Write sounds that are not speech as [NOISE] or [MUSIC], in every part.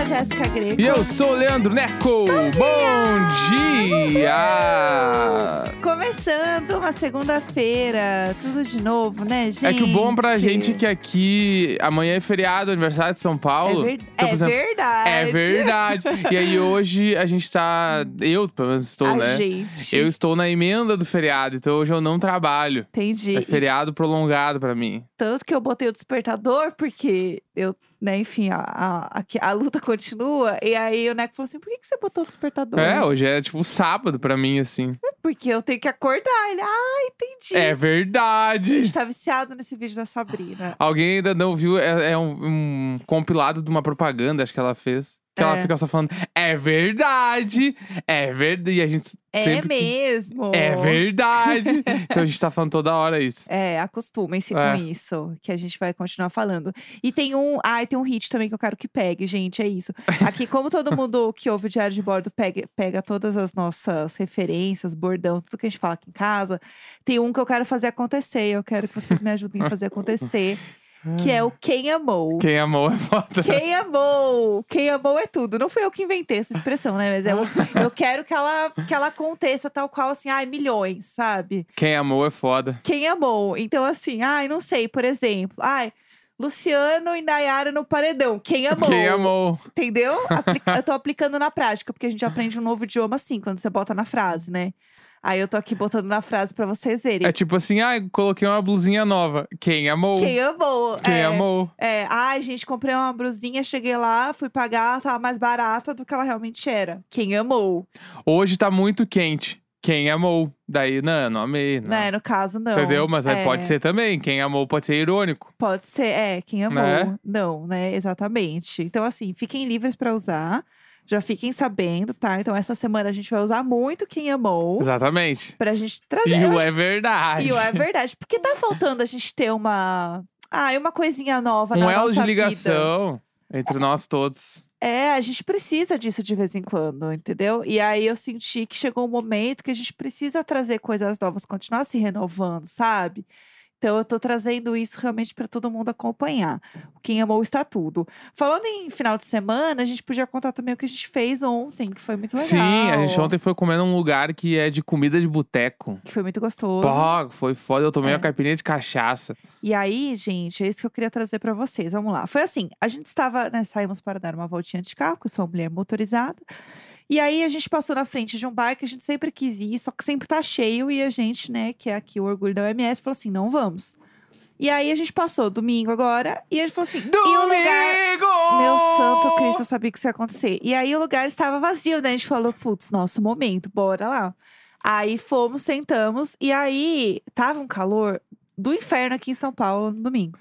é Jéssica Greco. E eu sou o Leandro Neco. Bom dia! Começando uma segunda-feira, tudo de novo, né, gente? É que o bom pra gente é que aqui amanhã é feriado, aniversário de São Paulo. É, ver- Então, por é exemplo, verdade. é verdade. e aí hoje a gente tá. Eu, pelo menos, estou, A né? gente. Eu estou na emenda do feriado, então hoje eu não trabalho. Entendi. É feriado prolongado pra mim. Tanto que eu botei o despertador, porque eu, né, enfim, a, a, a, a luta continua. E aí o Neco falou assim: por que, que você botou o despertador? É, hoje é tipo sábado pra mim, assim. Porque eu tenho que acordar. Ele, ah, entendi. É A verdade. gente tá viciado nesse vídeo da Sabrina. Alguém ainda não viu, é, é um, um compilado de uma propaganda, acho que ela fez. Que ela É. fica só falando, é verdade, é verdade. E a gente É sempre. mesmo. É [LAUGHS] verdade. então a gente tá falando toda hora isso. É, acostumem-se É. com isso, que a gente vai continuar falando. E tem um. Ai, tem um hit também que eu quero que pegue, gente. É isso. Aqui, como todo mundo que ouve o Diário de Bordo pega, pega todas as nossas referências, bordão, tudo que a gente fala aqui em casa, tem um que eu quero fazer acontecer. Eu quero que vocês me ajudem a fazer acontecer. Que é o Quem [LAUGHS] Amou. Quem amou é foda. Quem amou? Quem amou é tudo. Não foi eu que inventei essa expressão, né? Mas eu, eu quero que ela, que ela aconteça tal qual, assim, ai, milhões, sabe? Quem amou é foda. quem amou. Então, assim, ai, não sei, por exemplo, ai, Luciano e Nayara no paredão. Quem [LAUGHS] amou? Quem é amou. [LAUGHS] Entendeu? Apli- eu tô aplicando na prática, porque a gente aprende um novo idioma assim, quando você bota na frase, né? Aí eu tô aqui botando na frase pra vocês verem. É tipo assim, ah, coloquei uma blusinha nova. Quem amou? Quem amou? Quem é, amou? É, ai, gente, comprei uma brusinha, cheguei lá, fui pagar, tava mais barata do que ela realmente era. Quem amou? Hoje tá muito quente. Quem amou? Daí, não, não amei. Não. Né? No caso, não. Ah. Entendeu? Mas aí É. pode ser também. Quem amou pode ser irônico. Pode ser, é, quem amou. Né? Não, né? Exatamente. Então, assim, fiquem livres para usar. Já fiquem sabendo, tá? Então, essa semana a gente vai usar muito quem amou Exatamente. pra gente E trazer. o Eu é acho- verdade. E o é verdade. Porque tá faltando a gente ter uma. Ah, uma coisinha nova um na elo nossa de vida. ligação entre nós todos. É, a gente precisa disso de vez em quando, entendeu? E aí eu senti que chegou um momento que a gente precisa trazer coisas novas, continuar se renovando, sabe? Então eu tô trazendo isso realmente para todo mundo acompanhar. O Quem Amou está tudo. Falando em final de semana, a gente podia contar também o que a gente fez ontem, que foi muito legal. Sim, a gente ontem foi comer num lugar que é de comida de boteco. Que foi muito gostoso. Pô, foi foda. Eu tomei É. uma caipirinha de cachaça. E aí, gente, é isso que eu queria trazer pra vocês. Vamos lá. Foi assim, a gente estava, né, saímos para dar uma voltinha de carro, que eu sou uma mulher motorizada. E aí a gente passou na frente de um bar que a gente sempre quis ir, só que sempre tá cheio e a gente, né, que é aqui o orgulho da OMS, falou assim: "Não vamos". E aí a gente passou domingo agora e a gente falou assim: "E o lugar Domingo! meu santo Cristo, eu sabia que isso ia acontecer. E aí o lugar estava vazio, né? A gente falou, putz, nosso momento, bora lá. Aí fomos, sentamos, e aí tava um calor do inferno aqui em São Paulo no domingo.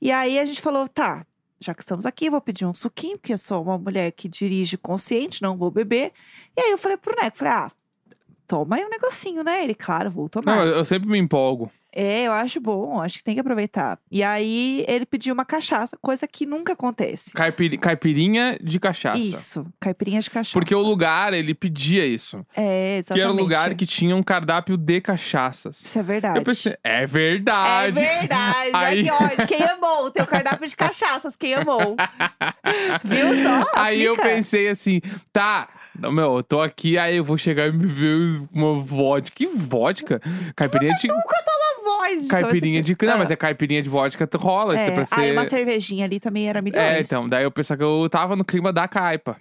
E aí a gente falou, tá, já que estamos aqui, vou pedir um suquinho, porque eu sou uma mulher que dirige consciente, não vou beber. E aí eu falei pro Neco, falei, ah, toma aí um negocinho, né? Ele, claro, vou tomar. Não, eu eu sempre me empolgo. É, eu acho bom, acho que tem que aproveitar. E aí ele pediu uma cachaça, coisa que nunca acontece. Caipiri- Caipirinha de cachaça. Isso, caipirinha de cachaça. Porque o lugar, ele pedia isso. É, Que exatamente. era um lugar que tinha um cardápio de cachaças. Isso é verdade. Eu pensei, é É verdade. verdade. Aí- Aí... ó, quem amou? Tem o cardápio de cachaças, [LAUGHS] quem amou? Viu só? Aí eu Aplica. pensei assim, tá. não, Meu, eu tô aqui, aí eu vou chegar e me ver uma vodka. Que vodka? Caipirinha de. A voz. de Caipirinha coisa de. que- Não, Ah, mas é caipirinha de vodka tu rola. é, É, pra ser... Aí uma cervejinha ali também era milhões. é então. Daí eu pensava que eu tava no clima da caipa.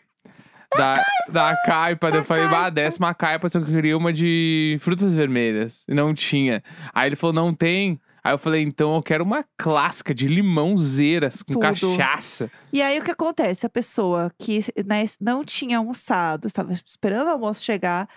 Da, da caipa, daí eu falei, bah, desce uma caipa, só que eu queria uma de frutas vermelhas. E não tinha. Aí ele falou, não tem. Aí eu falei, então eu quero uma clássica de limãozeiras com Tudo. cachaça. E aí o que acontece? A pessoa que né, não tinha almoçado, estava esperando o almoço chegar,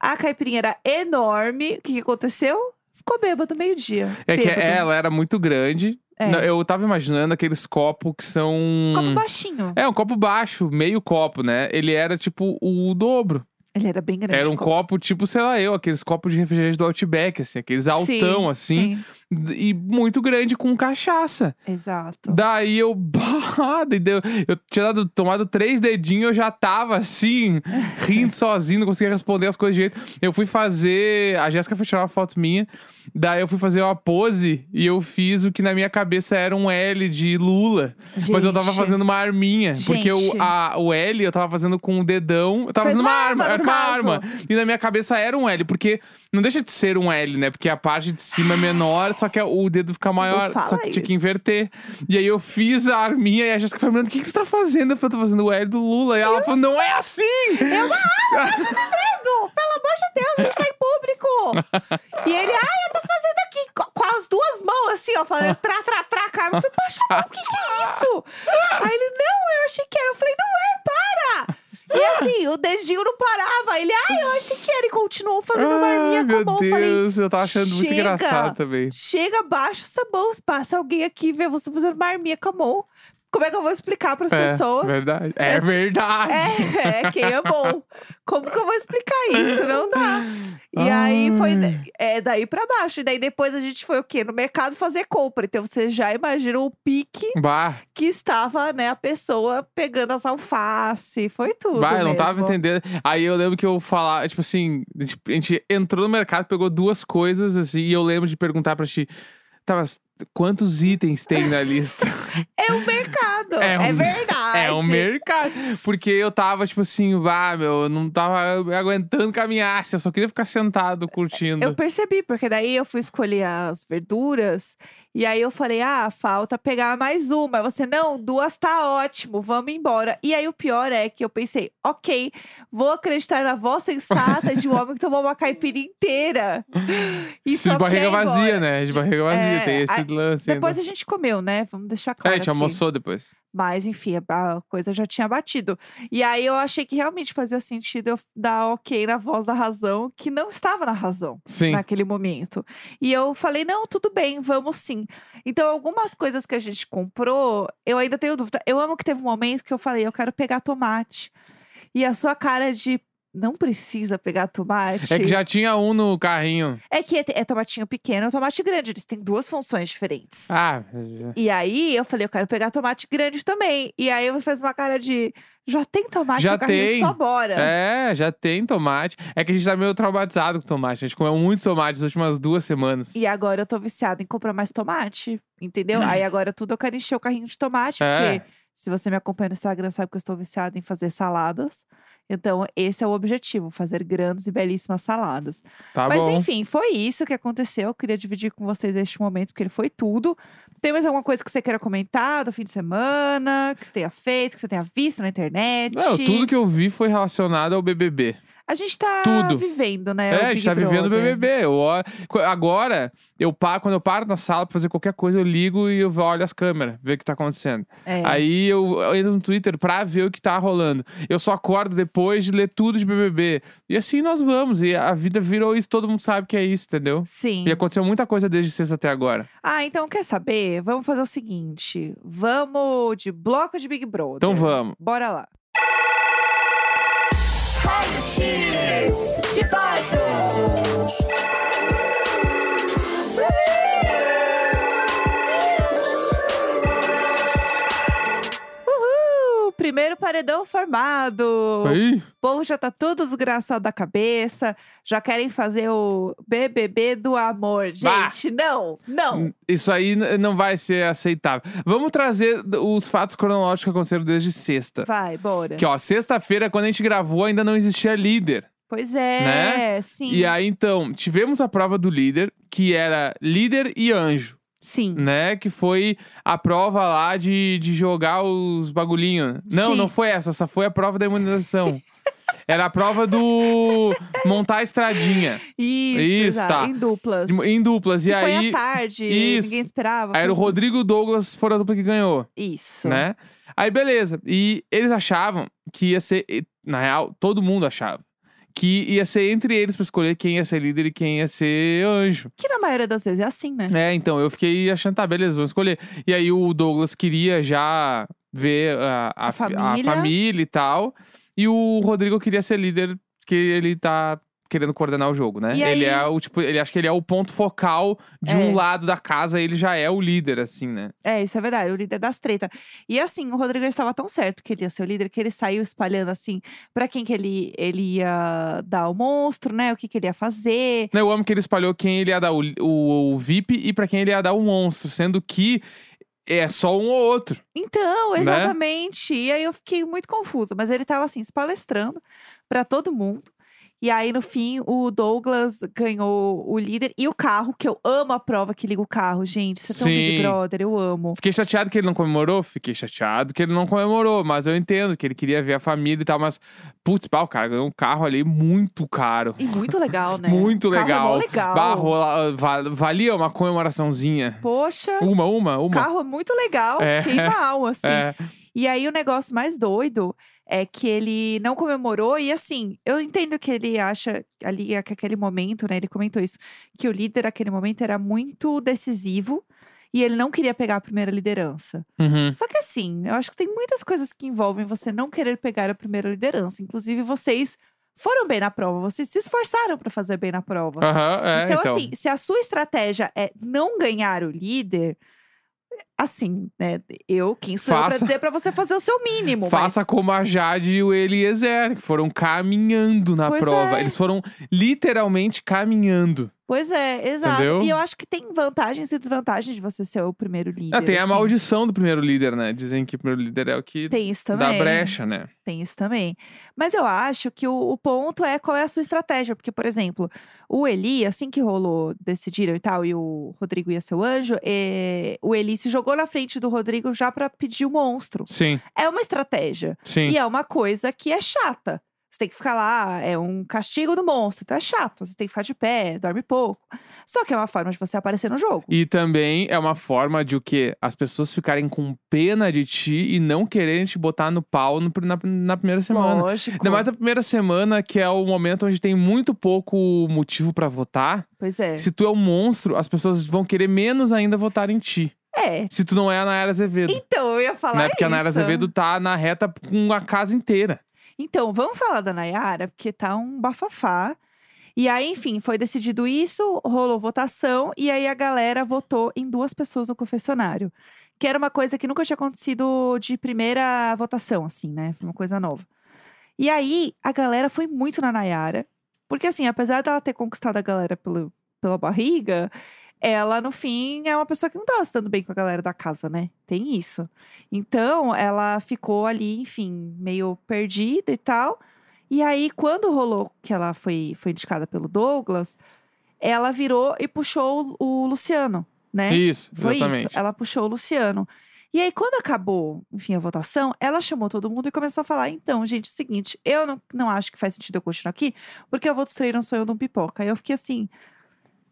a caipirinha era enorme. O que, que aconteceu? Ficou bêbado meio-dia. É que Bêbado. ela era muito grande. É. Não, Eu tava imaginando aqueles copos que são. Copo baixinho. É, um copo baixo, meio copo, né? Ele era tipo o dobro. Ele era bem grande. era um o copo. tipo, sei lá, eu, aqueles copos de refrigerante do Outback, assim, aqueles altão, Sim, assim. sim. e muito grande com cachaça. Exato. Daí eu. [LAUGHS] bah, daí deu- eu tinha dado- tomado três dedinhos, eu já tava assim, rindo sozinho, não conseguia responder as coisas direito. Eu fui fazer. A Jéssica foi tirar uma foto minha. Daí eu fui fazer uma pose e eu fiz o que na minha cabeça era um L de Lula. Mas eu tava Gente. fazendo uma arminha. Porque o, Gente. a- o L eu tava fazendo com o dedão. Eu tava Fez fazendo uma uma arma. arma, Era no uma caso. arma. E na minha cabeça era um L, porque não deixa de ser um L, né? Porque a parte de cima é menor, só que o dedo fica maior. fala Só que tinha que isso. inverter. E aí eu fiz a arminha e a Jéssica foi me perguntando: o que, que você tá fazendo? Eu falei, tô fazendo o L do Lula. E ela falou, não é assim! É uma arma, baixa do dedo! Pelo amor de Deus, a gente tá em público! [LAUGHS] E ele, ai, eu tô fazendo aqui co- com as duas mãos, assim, ó, falando trá, trá, trá, Carmen. Eu falei, poxa, não, o que que é isso? Aí ele, não, eu achei que era. Eu falei, não é, para! E assim, o dedinho não parava. Ele, ai, eu achei que era. E continuou fazendo uma Ai, arminha com a Ah, meu mão. Eu falei, Deus, eu tava achando muito "Chega, engraçado também. Chega, baixa essa mão, passa alguém aqui e vê você fazendo uma arminha com a mão. Como é que eu vou explicar pras É, pessoas? verdade. É Mas- verdade. [LAUGHS] É, é, quem é bom. Como que eu vou explicar isso? Não dá. E aí foi é, daí pra baixo. E daí depois a gente foi o quê? No mercado fazer compra. Então você já imagina o pique Bah, que estava, né, a pessoa pegando as alface. Foi tudo. bah, eu não mesmo. tava entendendo. Aí eu lembro que eu falava, tipo assim, a gente, a gente entrou no mercado, pegou duas coisas, assim, e eu lembro de perguntar pra ti, tá, mas quantos itens tem na [LAUGHS] lista? É um [LAUGHS] mercado. É É, um- verdade. É um mercado. Porque eu tava, tipo assim, vá, meu, eu não tava aguentando caminhar, assim, eu só queria ficar sentado curtindo. Eu percebi, porque daí eu fui escolher as verduras. E aí eu falei, ah, falta pegar mais uma. Aí Você, não, duas tá ótimo, vamos embora. E aí o pior é que eu pensei, ok, vou acreditar na voz sensata de um homem que tomou uma caipirinha inteira. E de só barriga quer ir vazia, embora. né? De barriga vazia, É, tem esse aí- lance. ainda. Depois a gente comeu, né? Vamos deixar é, a claro. gente aqui. almoçou depois. Mas, enfim, a coisa já tinha batido. E aí eu achei que realmente fazia sentido eu dar ok na voz da razão, que não estava na razão. Sim. naquele momento. E eu falei, não, tudo bem, vamos sim. Então, algumas coisas que a gente comprou, eu ainda tenho dúvida. Eu amo que teve um momento que eu falei, eu quero pegar tomate. E a sua cara de não precisa pegar tomate. É que já tinha um no carrinho. é, que é- é tomatinho pequeno e tomate grande. Eles têm duas funções diferentes. Ah, mas é. E aí, eu falei, eu quero pegar tomate grande também. E aí, você fez uma cara de, já tem tomate Já no carrinho, tem. só bora. É, já tem tomate. É que a gente tá meio traumatizado com tomate. né? A gente comeu muito tomate nas últimas duas semanas. E agora eu tô viciada em comprar mais tomate, entendeu? Aí agora tudo eu quero encher o carrinho de tomate, Hum. É. porque se você me acompanha no Instagram sabe que eu estou viciada em fazer saladas. Então esse é o objetivo, fazer grandes e belíssimas saladas. Tá Mas bom. enfim, foi isso que aconteceu. Eu queria dividir com vocês este momento, porque ele foi tudo. Tem mais alguma coisa que você queira comentar do fim de semana, que você tenha feito, que você tenha visto na internet? Não, tudo que eu vi foi relacionado ao BBB. A gente tá tudo. vivendo, né? É, a o Big gente tá vivendo o Brother. BBB. Eu, ó- co- agora, eu paro, quando eu paro na sala pra fazer qualquer coisa, eu ligo e eu olho as câmeras, ver o que tá acontecendo. É. Aí eu, eu entro no Twitter pra ver o que tá rolando. Eu só acordo depois de ler tudo de BBB. E assim nós vamos. E a vida virou isso, todo mundo sabe que é isso, entendeu? Sim. E aconteceu muita coisa desde sexta até agora. Ah, então quer saber? Vamos fazer o seguinte: vamos de bloco de Big Brother. Então vamos. Bora lá. Uhul! Primeiro paredão formado. Aí, O povo já tá todo desgraçado da cabeça. Já querem fazer o BBB do amor. Bah! Hum. Gente, não, não. isso aí n- não vai ser aceitável. Vamos trazer d- os fatos cronológicos que aconteceram desde sexta. Vai, bora. Que ó, sexta-feira, quando a gente gravou, ainda não existia líder. Pois é, Né? sim. E aí, então, tivemos a prova do líder, que era líder e anjo, Sim. né? Que foi a prova lá de, de jogar os bagulhinhos. Não, Sim. não foi essa, essa foi a prova da [LAUGHS] imunização. Era a prova do montar a estradinha Isso, Isso, exato, tá. em duplas. em- em duplas. E Que aí, Foi à tarde, Isso. ninguém esperava. aí era o foi- Rodrigo e o Douglas foram a dupla que ganhou. Isso. né? Aí beleza. E eles achavam que ia ser, e, na real, todo mundo achava que ia ser entre eles pra escolher quem ia ser líder e quem ia ser anjo. Que na maioria das vezes é assim, né? É, então eu fiquei achando, tá, beleza, vamos escolher. E aí o Douglas queria já ver a, a A fi- a família. família e tal. E o Rodrigo queria ser líder, que ele tá querendo coordenar o jogo, né? E ele aí- é o tipo, ele acho que ele é o ponto focal de um É. lado da casa, ele já é o líder assim, né? É, isso é verdade, o líder das tretas. E assim, o Rodrigo estava tão certo que ele ia ser o líder, que ele saiu espalhando assim, pra quem que ele, ele ia dar o monstro, né? O que que ele ia fazer. Eu amo Né, que ele espalhou quem ele ia dar o, o- o VIP e pra quem ele ia dar o monstro, sendo que é só um ou outro. Então, Né? exatamente. E aí eu fiquei muito confusa, mas ele tava assim, se palestrando pra todo mundo. E aí, no fim, o Douglas ganhou o líder e o carro, que eu amo a prova que liga o carro, gente. Você tem um Big Sim. Brother, eu amo. Fiquei chateado que ele não comemorou, fiquei chateado que ele não comemorou, mas eu entendo que ele queria ver a família e tal, mas putz, pá, o cara ganhou um carro ali muito caro. E muito legal, né? Muito O carro É mó legal. legal. Bah, rola- va- valia uma comemoraçãozinha. Poxa, Uma, uma, o uma. carro é muito legal. É. Fiquei mal, assim. É, E aí, o negócio mais doido é que ele não comemorou. E assim, eu entendo que ele acha ali é que aquele momento, né? Ele comentou isso, que o líder naquele momento era muito decisivo. E ele não queria pegar a primeira liderança. uhum. Só que assim, eu acho que tem muitas coisas que envolvem você não querer pegar a primeira liderança. Inclusive, vocês foram bem na prova. Vocês se esforçaram pra fazer bem na prova. Aham, é, Então, assim, se a sua estratégia é não ganhar o líder, assim, né? Eu, quem sou eu Faça- pra dizer pra você fazer o seu mínimo? Faça mas... como a Jade e o Eliezer, que foram caminhando na Pois prova. é. Eles foram literalmente caminhando. Pois é, exato. Entendeu? E eu acho que tem vantagens e desvantagens de você ser o primeiro líder. Ah, tem a assim. maldição do primeiro líder, né? Dizem que o primeiro líder é o que Tem isso dá também. brecha, né? Tem isso também. Mas eu acho que o, o ponto é qual é a sua estratégia. Porque, por exemplo, o Eli, assim que rolou, decidiram e tal, e o Rodrigo ia ser o anjo, eh, o Eli se jogou na frente do Rodrigo já pra pedir o monstro. Sim, É uma estratégia. sim. E é uma coisa que é chata. Você tem que ficar lá, é um castigo do monstro, então é chato. Você tem que ficar de pé, dorme pouco. Só que é uma forma de você aparecer no jogo. E também é uma forma de o quê? As pessoas ficarem com pena de ti e não quererem te botar no pau no- na, na primeira semana. Lógico. Ainda mais na primeira semana, que é o momento onde tem muito pouco motivo pra votar. Pois é. Se tu é um monstro, as pessoas vão querer menos ainda votar em ti. É. Se tu não é a Nayara Azevedo. Então, eu ia falar né? Porque isso. a Nayara Azevedo tá na reta com a casa inteira. Então, vamos falar da Nayara, porque tá um bafafá. E aí, enfim, foi decidido isso, rolou votação, e aí a galera votou em duas pessoas no confessionário. Que era uma coisa que nunca tinha acontecido de primeira votação, assim, né? Foi uma coisa nova. E aí, a galera foi muito na Nayara. Porque, assim, apesar dela ter conquistado a galera pelo, pela barriga, ela, no fim, é uma pessoa que não tava se dando bem com a galera da casa, né? Tem isso. Então, ela ficou ali, enfim, meio perdida e tal. E aí, quando rolou que ela foi, foi indicada pelo Douglas, ela virou e puxou o, o Luciano, né? Isso, Foi exatamente. isso. Ela puxou o Luciano. E aí, quando acabou, enfim, a votação, ela chamou todo mundo e começou a falar: então, gente, é o seguinte, eu não, não acho que faz sentido eu continuar aqui, porque eu vou destruir um sonho de um pipoca. Aí eu fiquei assim.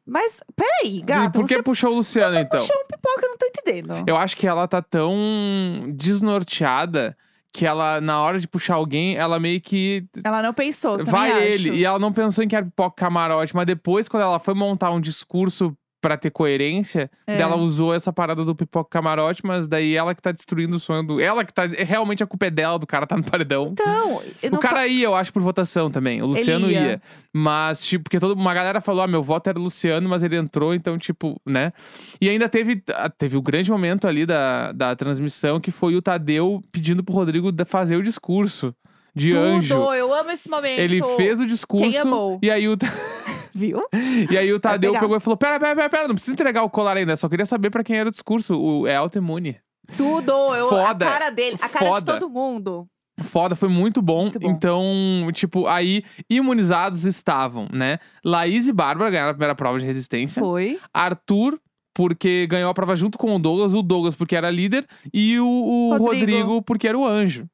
Mas, peraí, e é gata, por que você puxou o Luciano, então? puxou um pipoca, eu não tô entendendo. Eu acho que ela tá tão desnorteada que ela, na hora de puxar alguém, ela meio que. Ela não pensou, também Vai acho. ele. E ela não pensou em que era pipoca camarote, mas depois, quando ela foi montar um discurso pra ter coerência, É. ela usou essa parada do pipoca camarote, mas daí ela que tá destruindo o sonho do. Ela que tá. Realmente a culpa é dela, do cara tá no paredão. Então, eu O não cara ia, eu acho, por votação também. O Luciano Ele ia. Mas, tipo, porque toda uma galera falou: ah, meu voto era o Luciano, mas ele entrou, então, tipo, né? E ainda teve, ah, teve o grande momento ali da, da transmissão, que foi o Tadeu pedindo pro Rodrigo da- fazer o discurso de Tudo, anjo. eu amo esse momento. Ele fez o discurso amou? e aí o, Ta- Viu? e [LAUGHS] aí o Tadeu pegar. pegou e falou: pera, pera, pera, pera, não precisa entregar o colar ainda, só queria saber pra quem era o discurso. O, é autoimune. Tudo, eu Foda. a cara dele, a cara Foda. de todo mundo. Foda, foi muito bom. Muito bom. Então, tipo, aí imunizados estavam, né? Laís e Bárbara ganharam a primeira prova de resistência. Foi. Arthur, porque ganhou a prova junto com o Douglas, o Douglas porque era líder, e o, o Rodrigo. Rodrigo. porque era o anjo.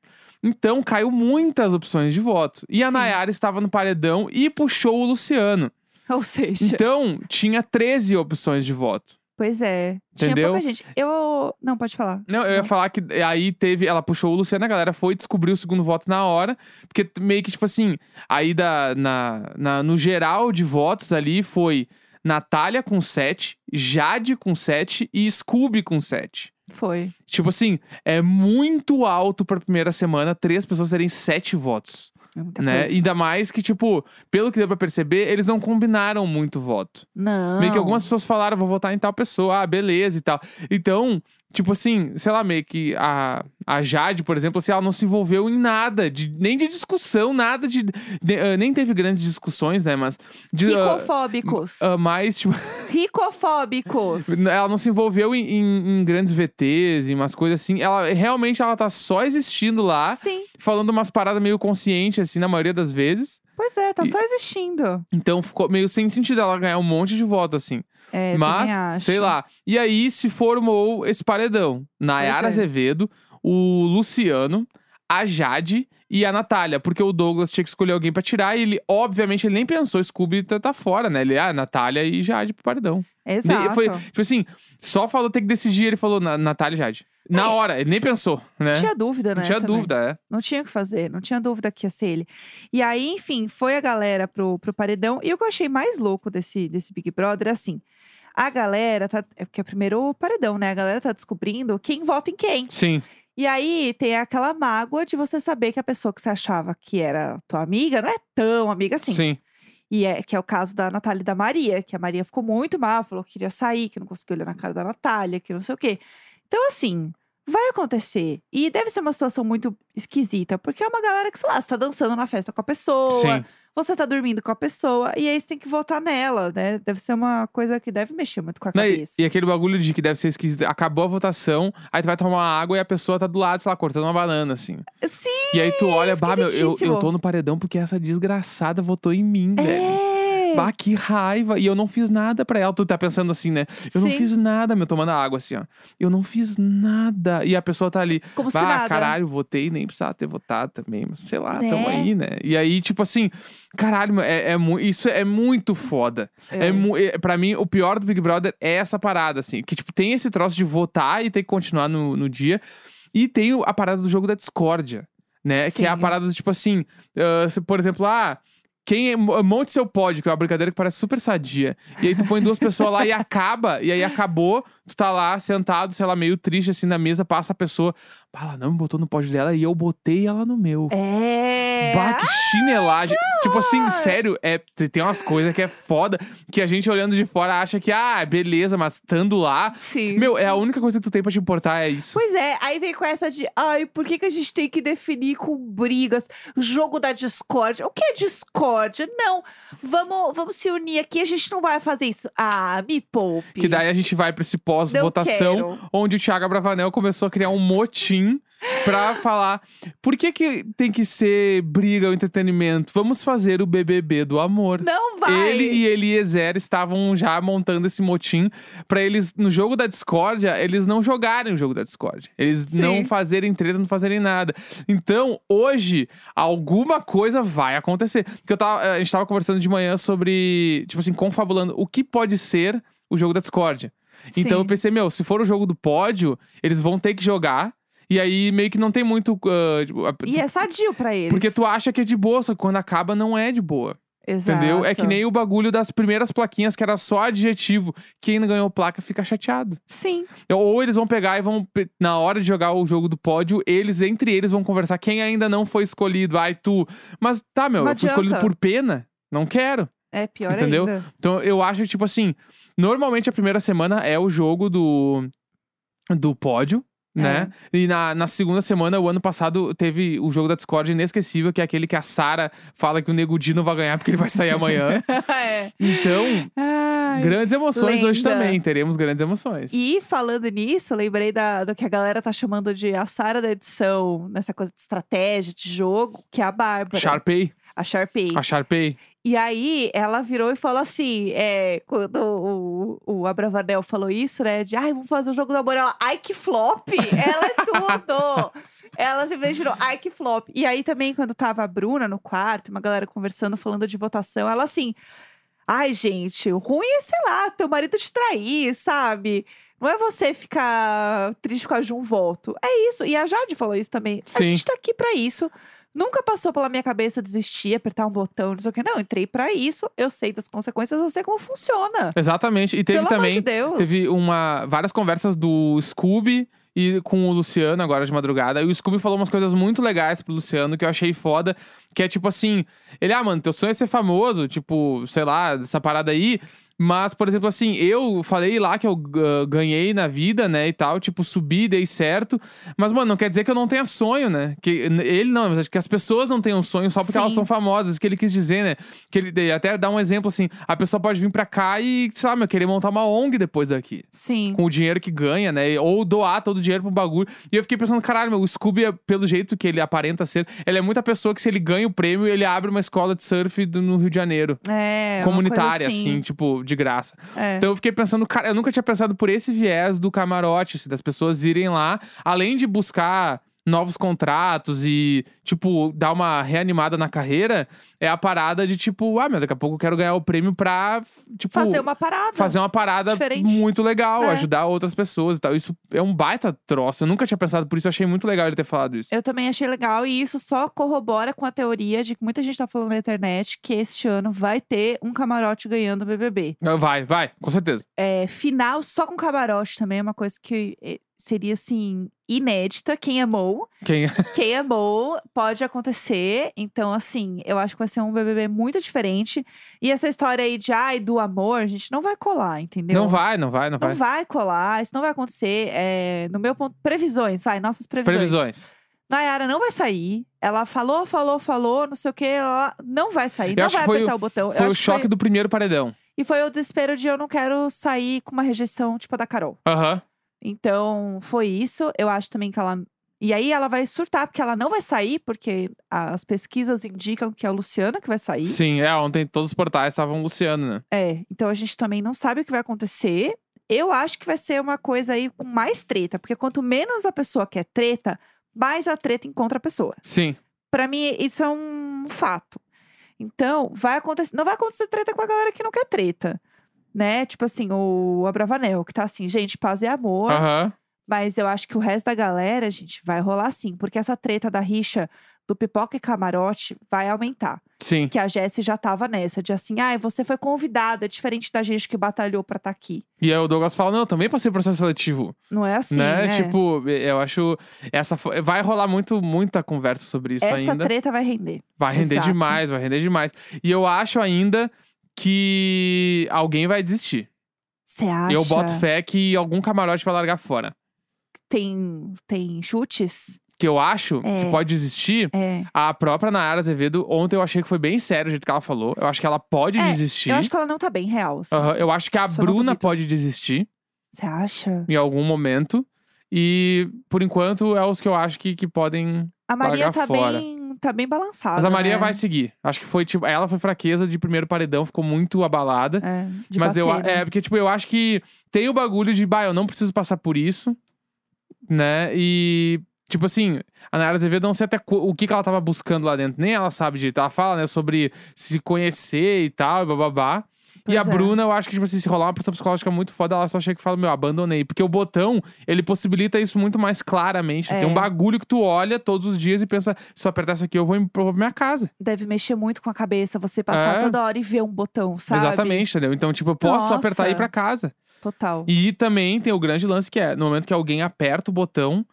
Então caiu muitas opções de voto. E a Sim. Nayara estava no paredão e puxou o Luciano. Ou seja, Então, tinha 13 opções de voto. pois é. Tinha Entendeu? pouca gente. Eu não pode falar. Não, eu ia falar que aí teve. Ela puxou o Luciano, a galera foi descobrir o segundo voto na hora. Porque t- meio que, tipo assim, aí da, na, na- no geral de votos ali foi Natália com 7, Jade com 7 e Scooby com 7. Foi. Tipo assim, é muito alto pra primeira semana três pessoas terem sete votos. É muita né? coisa. Ainda mais que, tipo, pelo que deu pra perceber, eles não combinaram muito voto. Não. Meio que algumas pessoas falaram, vou votar em tal pessoa, ah, beleza e tal. Então, tipo assim, sei lá, meio que a, a Jade, por exemplo, assim, ela não se envolveu em nada, de- nem de discussão, nada de. de- ah, nem teve grandes discussões, né? Mas. De, ah, Ricofóbicos. ah, mais, tipo, [LAUGHS] Ricofóbicos. ela não se envolveu em, em- em grandes VTs, em umas coisas assim. Ela realmente ela tá só existindo lá, Sim, falando umas paradas meio conscientes, assim, na maioria das vezes. pois é, tá E- só existindo. Então ficou meio sem sentido ela ganhar um monte de voto, assim. É, eu também Mas, acho. sei lá. E aí se formou esse paredão. Nayara é. Azevedo, o Luciano, a Jade e a Natália. Porque o Douglas tinha que escolher alguém pra tirar. E ele, obviamente, ele nem pensou, Scooby tá, tá fora, né? Ele, ah, Natália e Jade pro paredão. Nem- Exato. foi, tipo assim, só falou tem que decidir, ele falou, "Na- Natália e Jade. Na É. hora, ele nem pensou, né? Não tinha dúvida, né? Não tinha também. dúvida, é. Não tinha o que fazer, não tinha dúvida que ia ser ele. E aí, enfim, foi a galera pro, pro paredão. E o que eu achei mais louco desse, desse Big Brother, é assim, a galera tá. É porque é primeiro o paredão, né? A galera tá descobrindo quem vota em quem. Sim. E aí tem aquela mágoa de você saber que a pessoa que você achava que era tua amiga não é tão amiga assim. Sim. E é que é o caso da Natália e da Maria, que a Maria ficou muito mal, falou que queria sair, que não conseguiu olhar na cara da Natália, que não sei o quê. Então, assim, vai acontecer. E deve ser uma situação muito esquisita, porque é uma galera que, sei lá, você tá dançando na festa com a pessoa, Sim. você tá dormindo com a pessoa, e aí você tem que votar nela, né? Deve ser uma coisa que deve mexer muito com a Não, e- cabeça. e, aquele bagulho de que deve ser esquisito. Acabou a votação, aí tu vai tomar uma água e a pessoa tá do lado, sei lá, cortando uma banana, assim. Sim! E aí tu olha, bah, meu, eu, eu esquisitíssimo." tô no paredão porque essa desgraçada votou em mim, velho. É! Bah, que raiva. E eu não fiz nada pra ela. Tu tá pensando assim, né? Eu não Sim. fiz nada, meu, tomando água assim, ó. Eu não fiz nada. E a pessoa tá ali. Como se bah, nada. caralho, votei, nem precisava ter votado também. Mas sei lá, Né? tamo aí, né? E aí, tipo assim, caralho, meu, é, é mu- isso é muito foda. É. mu- é, pra mim, o pior do Big Brother é essa parada, assim. Que, tipo, tem esse troço de votar e tem que continuar no, no dia. E tem o- a parada do jogo da discórdia, né? Que é a Sim. parada do tipo assim, ah, se, por exemplo, ah. Quem é- mo- monte seu pódio, que é uma brincadeira que parece super sadia. E aí tu põe duas pessoas lá e acaba, e aí acabou, tu tá lá sentado, sei lá, meio triste assim na mesa, passa a pessoa, "Bah, ela não me botou no pódio dela e eu botei ela no meu. É! Bah, que chinelagem. Tipo assim, horror! sério, é, te- tem umas coisas que é foda que a gente olhando de fora acha que, ah, beleza, mas estando lá. Sim. Meu, é a única coisa que tu tem pra te importar, é isso. Pois é, aí vem com essa de, ai, por que, que a gente tem que definir com brigas? Jogo da discórdia. O que é discórdia? Não, vamos, vamos se unir aqui, a gente não vai fazer isso. Ah, me poupe. Que daí é a gente vai pra esse pós-votação, Não quero. onde o Thiago Abravanel começou a criar um motim pra falar por que, que tem que ser briga ou entretenimento? Vamos fazer o BBB do amor. Não vai. Ele e Eliezer estavam já montando esse motim pra eles, no jogo da discórdia, eles não jogarem o jogo da discórdia. Eles Sim. não fazerem treta, não fazerem nada. Então, hoje, alguma coisa vai acontecer. Porque eu tava, eh, a gente tava conversando de manhã sobre, tipo assim, confabulando o que pode ser o jogo da discórdia. Então Sim. eu pensei, meu, se for o jogo do pódio, eles vão ter que jogar. E aí meio que não tem muito. ah, tipo, a- E é sadio pra eles. porque tu acha que é de boa, só que quando acaba não é de boa. Exato. Entendeu? É que nem o bagulho das primeiras plaquinhas, que era só adjetivo. Quem não ganhou placa fica chateado. Sim, Ou eles vão pegar e vão, pe- na hora de jogar o jogo do pódio, eles, entre eles, vão conversar. Quem ainda não foi escolhido? Ai, tu. Mas tá, meu, Não eu fui adianta. escolhido por pena. Não quero. é pior Entendeu? [LAUGHS] ainda. Então eu acho que, tipo assim, normalmente a primeira semana é o jogo do, do pódio. Né? É. E na, na segunda semana, o ano passado, teve o jogo da Discord inesquecível, que é aquele que a Sara fala que o Nego Di não vai ganhar porque ele vai sair [LAUGHS] amanhã. é. Então, Ai. Grandes emoções hoje lenda. também, teremos grandes emoções. E falando nisso, lembrei da, do que a galera tá chamando de a Sara da edição, nessa coisa de estratégia, de jogo, que é a Bárbara. Sharpay, A Sharpay. a Sharpay. E aí ela virou e falou assim: é, quando o, o Abravanel falou isso, né? De ai, vamos fazer o jogo do amor. Ela, ai, que flop! Ela é tudo! ela se virou, ai, que flop. E aí também, quando tava a Bruna no quarto, uma galera conversando, falando de votação, ela assim. Ai, gente, o ruim é, sei lá, teu marido te trair, sabe? Não é você ficar triste com a Jun volto. É isso. E a Jade falou isso também. A Sim. gente tá aqui pra isso. Nunca passou pela minha cabeça desistir, apertar um botão, não sei o quê. Não, entrei pra isso. Eu sei das consequências, eu sei como funciona. Exatamente. E teve Pelo amor também de Deus. teve uma várias conversas do Scooby e com o Luciano agora de madrugada. E o Scooby falou umas coisas muito legais pro Luciano que eu achei foda. Que é tipo assim: ele, ah, mano, teu sonho é ser famoso, tipo, sei lá, essa parada aí. Mas, por exemplo, assim, eu falei lá que eu ah, ganhei na vida, né, e tal, tipo, subi, dei certo. Mas, mano, não quer dizer que eu não tenha sonho, né? Que n- ele não, mas acho que as pessoas não tenham sonho só porque elas Sim. são famosas, isso que ele quis dizer, né? Que ele ele até dá um exemplo assim: a pessoa pode vir pra cá e, sei lá, meu, querer montar uma ONG depois daqui Sim. com o dinheiro que ganha, né? Ou doar todo o dinheiro pro bagulho. E eu fiquei pensando, caralho, meu, o Scooby, é- pelo jeito que ele aparenta ser, ele é muita pessoa que se ele ganha o prêmio, ele abre uma escola de surf do- no Rio de Janeiro. É, uma comunitária, coisa assim. tipo, de graça. É. Então eu fiquei pensando, cara, eu nunca tinha pensado por esse viés do camarote, assim, das pessoas irem lá, além de buscar novos contratos e, tipo, dar uma reanimada na carreira, é a parada de, tipo, ah, meu, daqui a pouco eu quero ganhar o prêmio pra, tipo fazer uma parada. fazer uma parada Diferente. muito legal, É. ajudar outras pessoas e tal. Isso é um baita troço. Eu nunca tinha pensado por isso, eu achei muito legal ele ter falado isso. Eu também achei legal e isso só corrobora com a teoria de que muita gente tá falando na internet que este ano vai ter um camarote ganhando o BBB. Ah, Vai, vai, com certeza. É, final só com camarote também é uma coisa que eh, seria assim inédita. Quem amou, Quem quem amou pode acontecer. Então assim, eu acho que vai ser um BBB muito diferente. E essa história aí de ai do amor, a gente não vai colar, [LAUGHS] entendeu? não vai, não vai, não vai. Não vai colar, isso não vai acontecer. É, no meu ponto, previsões, vai, nossas Previsões. Nayara não vai sair. Ela falou, falou, falou, não sei o que. Ela não vai sair, Eu não acho vai que foi apertar o botão. Eu Foi o acho que choque foi- do primeiro paredão. E foi o desespero de eu não quero sair com uma rejeição tipo a da Carol. Aham. Então, foi isso. Eu acho também que ela. E aí ela vai surtar, porque ela não vai sair, porque as pesquisas indicam que é a Luciana que vai sair. Sim, é, ontem todos os portais estavam Luciano, né? É, então a gente também não sabe o que vai acontecer. Eu acho que vai ser uma coisa aí com mais treta, porque quanto menos a pessoa quer treta, mais a treta encontra a pessoa. Sim. Pra mim, isso é um fato. Então, vai acontecer. Não vai acontecer treta com a galera que não quer treta. Né? Tipo assim, o Abravanel, que tá assim, gente, paz e amor. Aham. Mas eu acho que o resto da galera, gente, vai rolar sim. Porque essa treta da rixa do pipoca e camarote vai aumentar. Sim. Que a Jessie já tava nessa, de assim, ai, você foi convidada, é diferente da gente que batalhou pra estar aqui. E aí o Douglas fala: não, eu também passei processo seletivo. Não é assim, né? né? Tipo, eu acho. Essa fo- Vai rolar muito, muita conversa sobre isso Essa ainda. treta vai render. Vai render Exato. demais, vai render demais. E eu acho ainda que alguém vai desistir. Você acha? Eu boto fé que algum camarote vai largar fora. Tem, tem chutes? Que eu acho É. que pode desistir. É. A própria Nayara Azevedo, ontem eu achei que foi bem sério o jeito que ela falou. Eu acho que ela pode É, desistir. Eu acho que ela não tá bem, real. assim. Aham, eu acho que a Só não Bruna duvido. pode desistir Você acha? em algum momento. E, por enquanto, é os que eu acho que, que podem. A Maria Largar tá fora. bem, tá bem balançada. Mas a Maria né? vai seguir. Acho que foi, tipo, ela foi fraqueza de primeiro paredão, ficou muito abalada. É, de Mas bater, eu a- né? é porque tipo, eu acho que tem o bagulho de, bah, eu não preciso passar por isso, né? E tipo assim, a Nayara Azevedo eu não sei até co- o que que ela tava buscando lá dentro, nem ela sabe direito. Ela fala, né, sobre se conhecer e tal, e bababá. Pois e a é. Bruna, eu acho que, tipo assim, se rolar uma pressão psicológica muito foda, ela só chega e fala, meu, abandonei. Porque o botão, ele possibilita isso muito mais claramente. É. Tem um bagulho que tu olha todos os dias e pensa, se eu apertar isso aqui, eu vou, em- eu vou pra minha casa. Deve mexer muito com a cabeça você passar É. toda hora e ver um botão, sabe? Exatamente, entendeu? Então, tipo, eu posso só apertar e ir Nossa. pra casa. Total. E também tem o grande lance que é, no momento que alguém aperta o botão,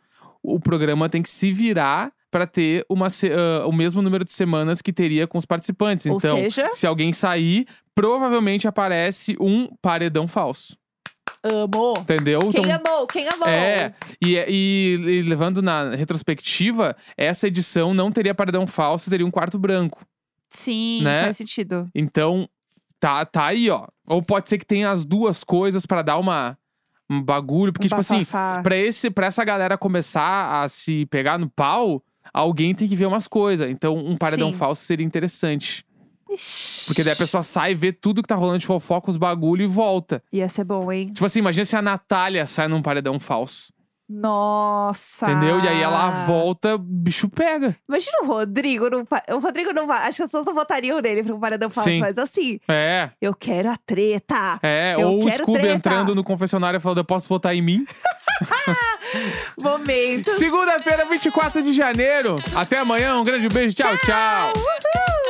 o programa tem que se virar pra ter uma, se- ah, o mesmo número de semanas que teria com os participantes. Ou então, seja, se alguém sair, provavelmente aparece um paredão falso. amou. Entendeu? Quem então, amou? Quem amou? é, e, e- e levando na retrospectiva, essa edição não teria paredão falso, teria um quarto branco. Sim, Né? faz sentido. Então, tá, tá aí, ó. Ou pode ser que tenha as duas coisas pra dar uma um bagulho, porque Um tipo assim, bafafá. Pra, esse, pra essa galera começar a se pegar no pau, alguém tem que ver umas coisas. Então, um paredão Sim. falso seria interessante. Ixi, Porque daí a pessoa sai, vê tudo que tá rolando de fofoca, os bagulho e volta. Ia ser bom, hein? Tipo assim, imagina se a Natália sai num paredão falso. Nossa! Entendeu? E aí ela volta, o bicho pega. Imagina o Rodrigo. Não... pa- O Rodrigo não vai. Acho que as pessoas não votariam nele pra um paradão falso, Sim. mas assim, É. eu quero a treta. É, Eu ou o quero Scooby treta. entrando no confessionário e falando, eu posso votar em [LAUGHS] mim. Momento. É. Segunda-feira, 24 de janeiro. Até amanhã, um grande beijo, tchau. tchau. Uhul!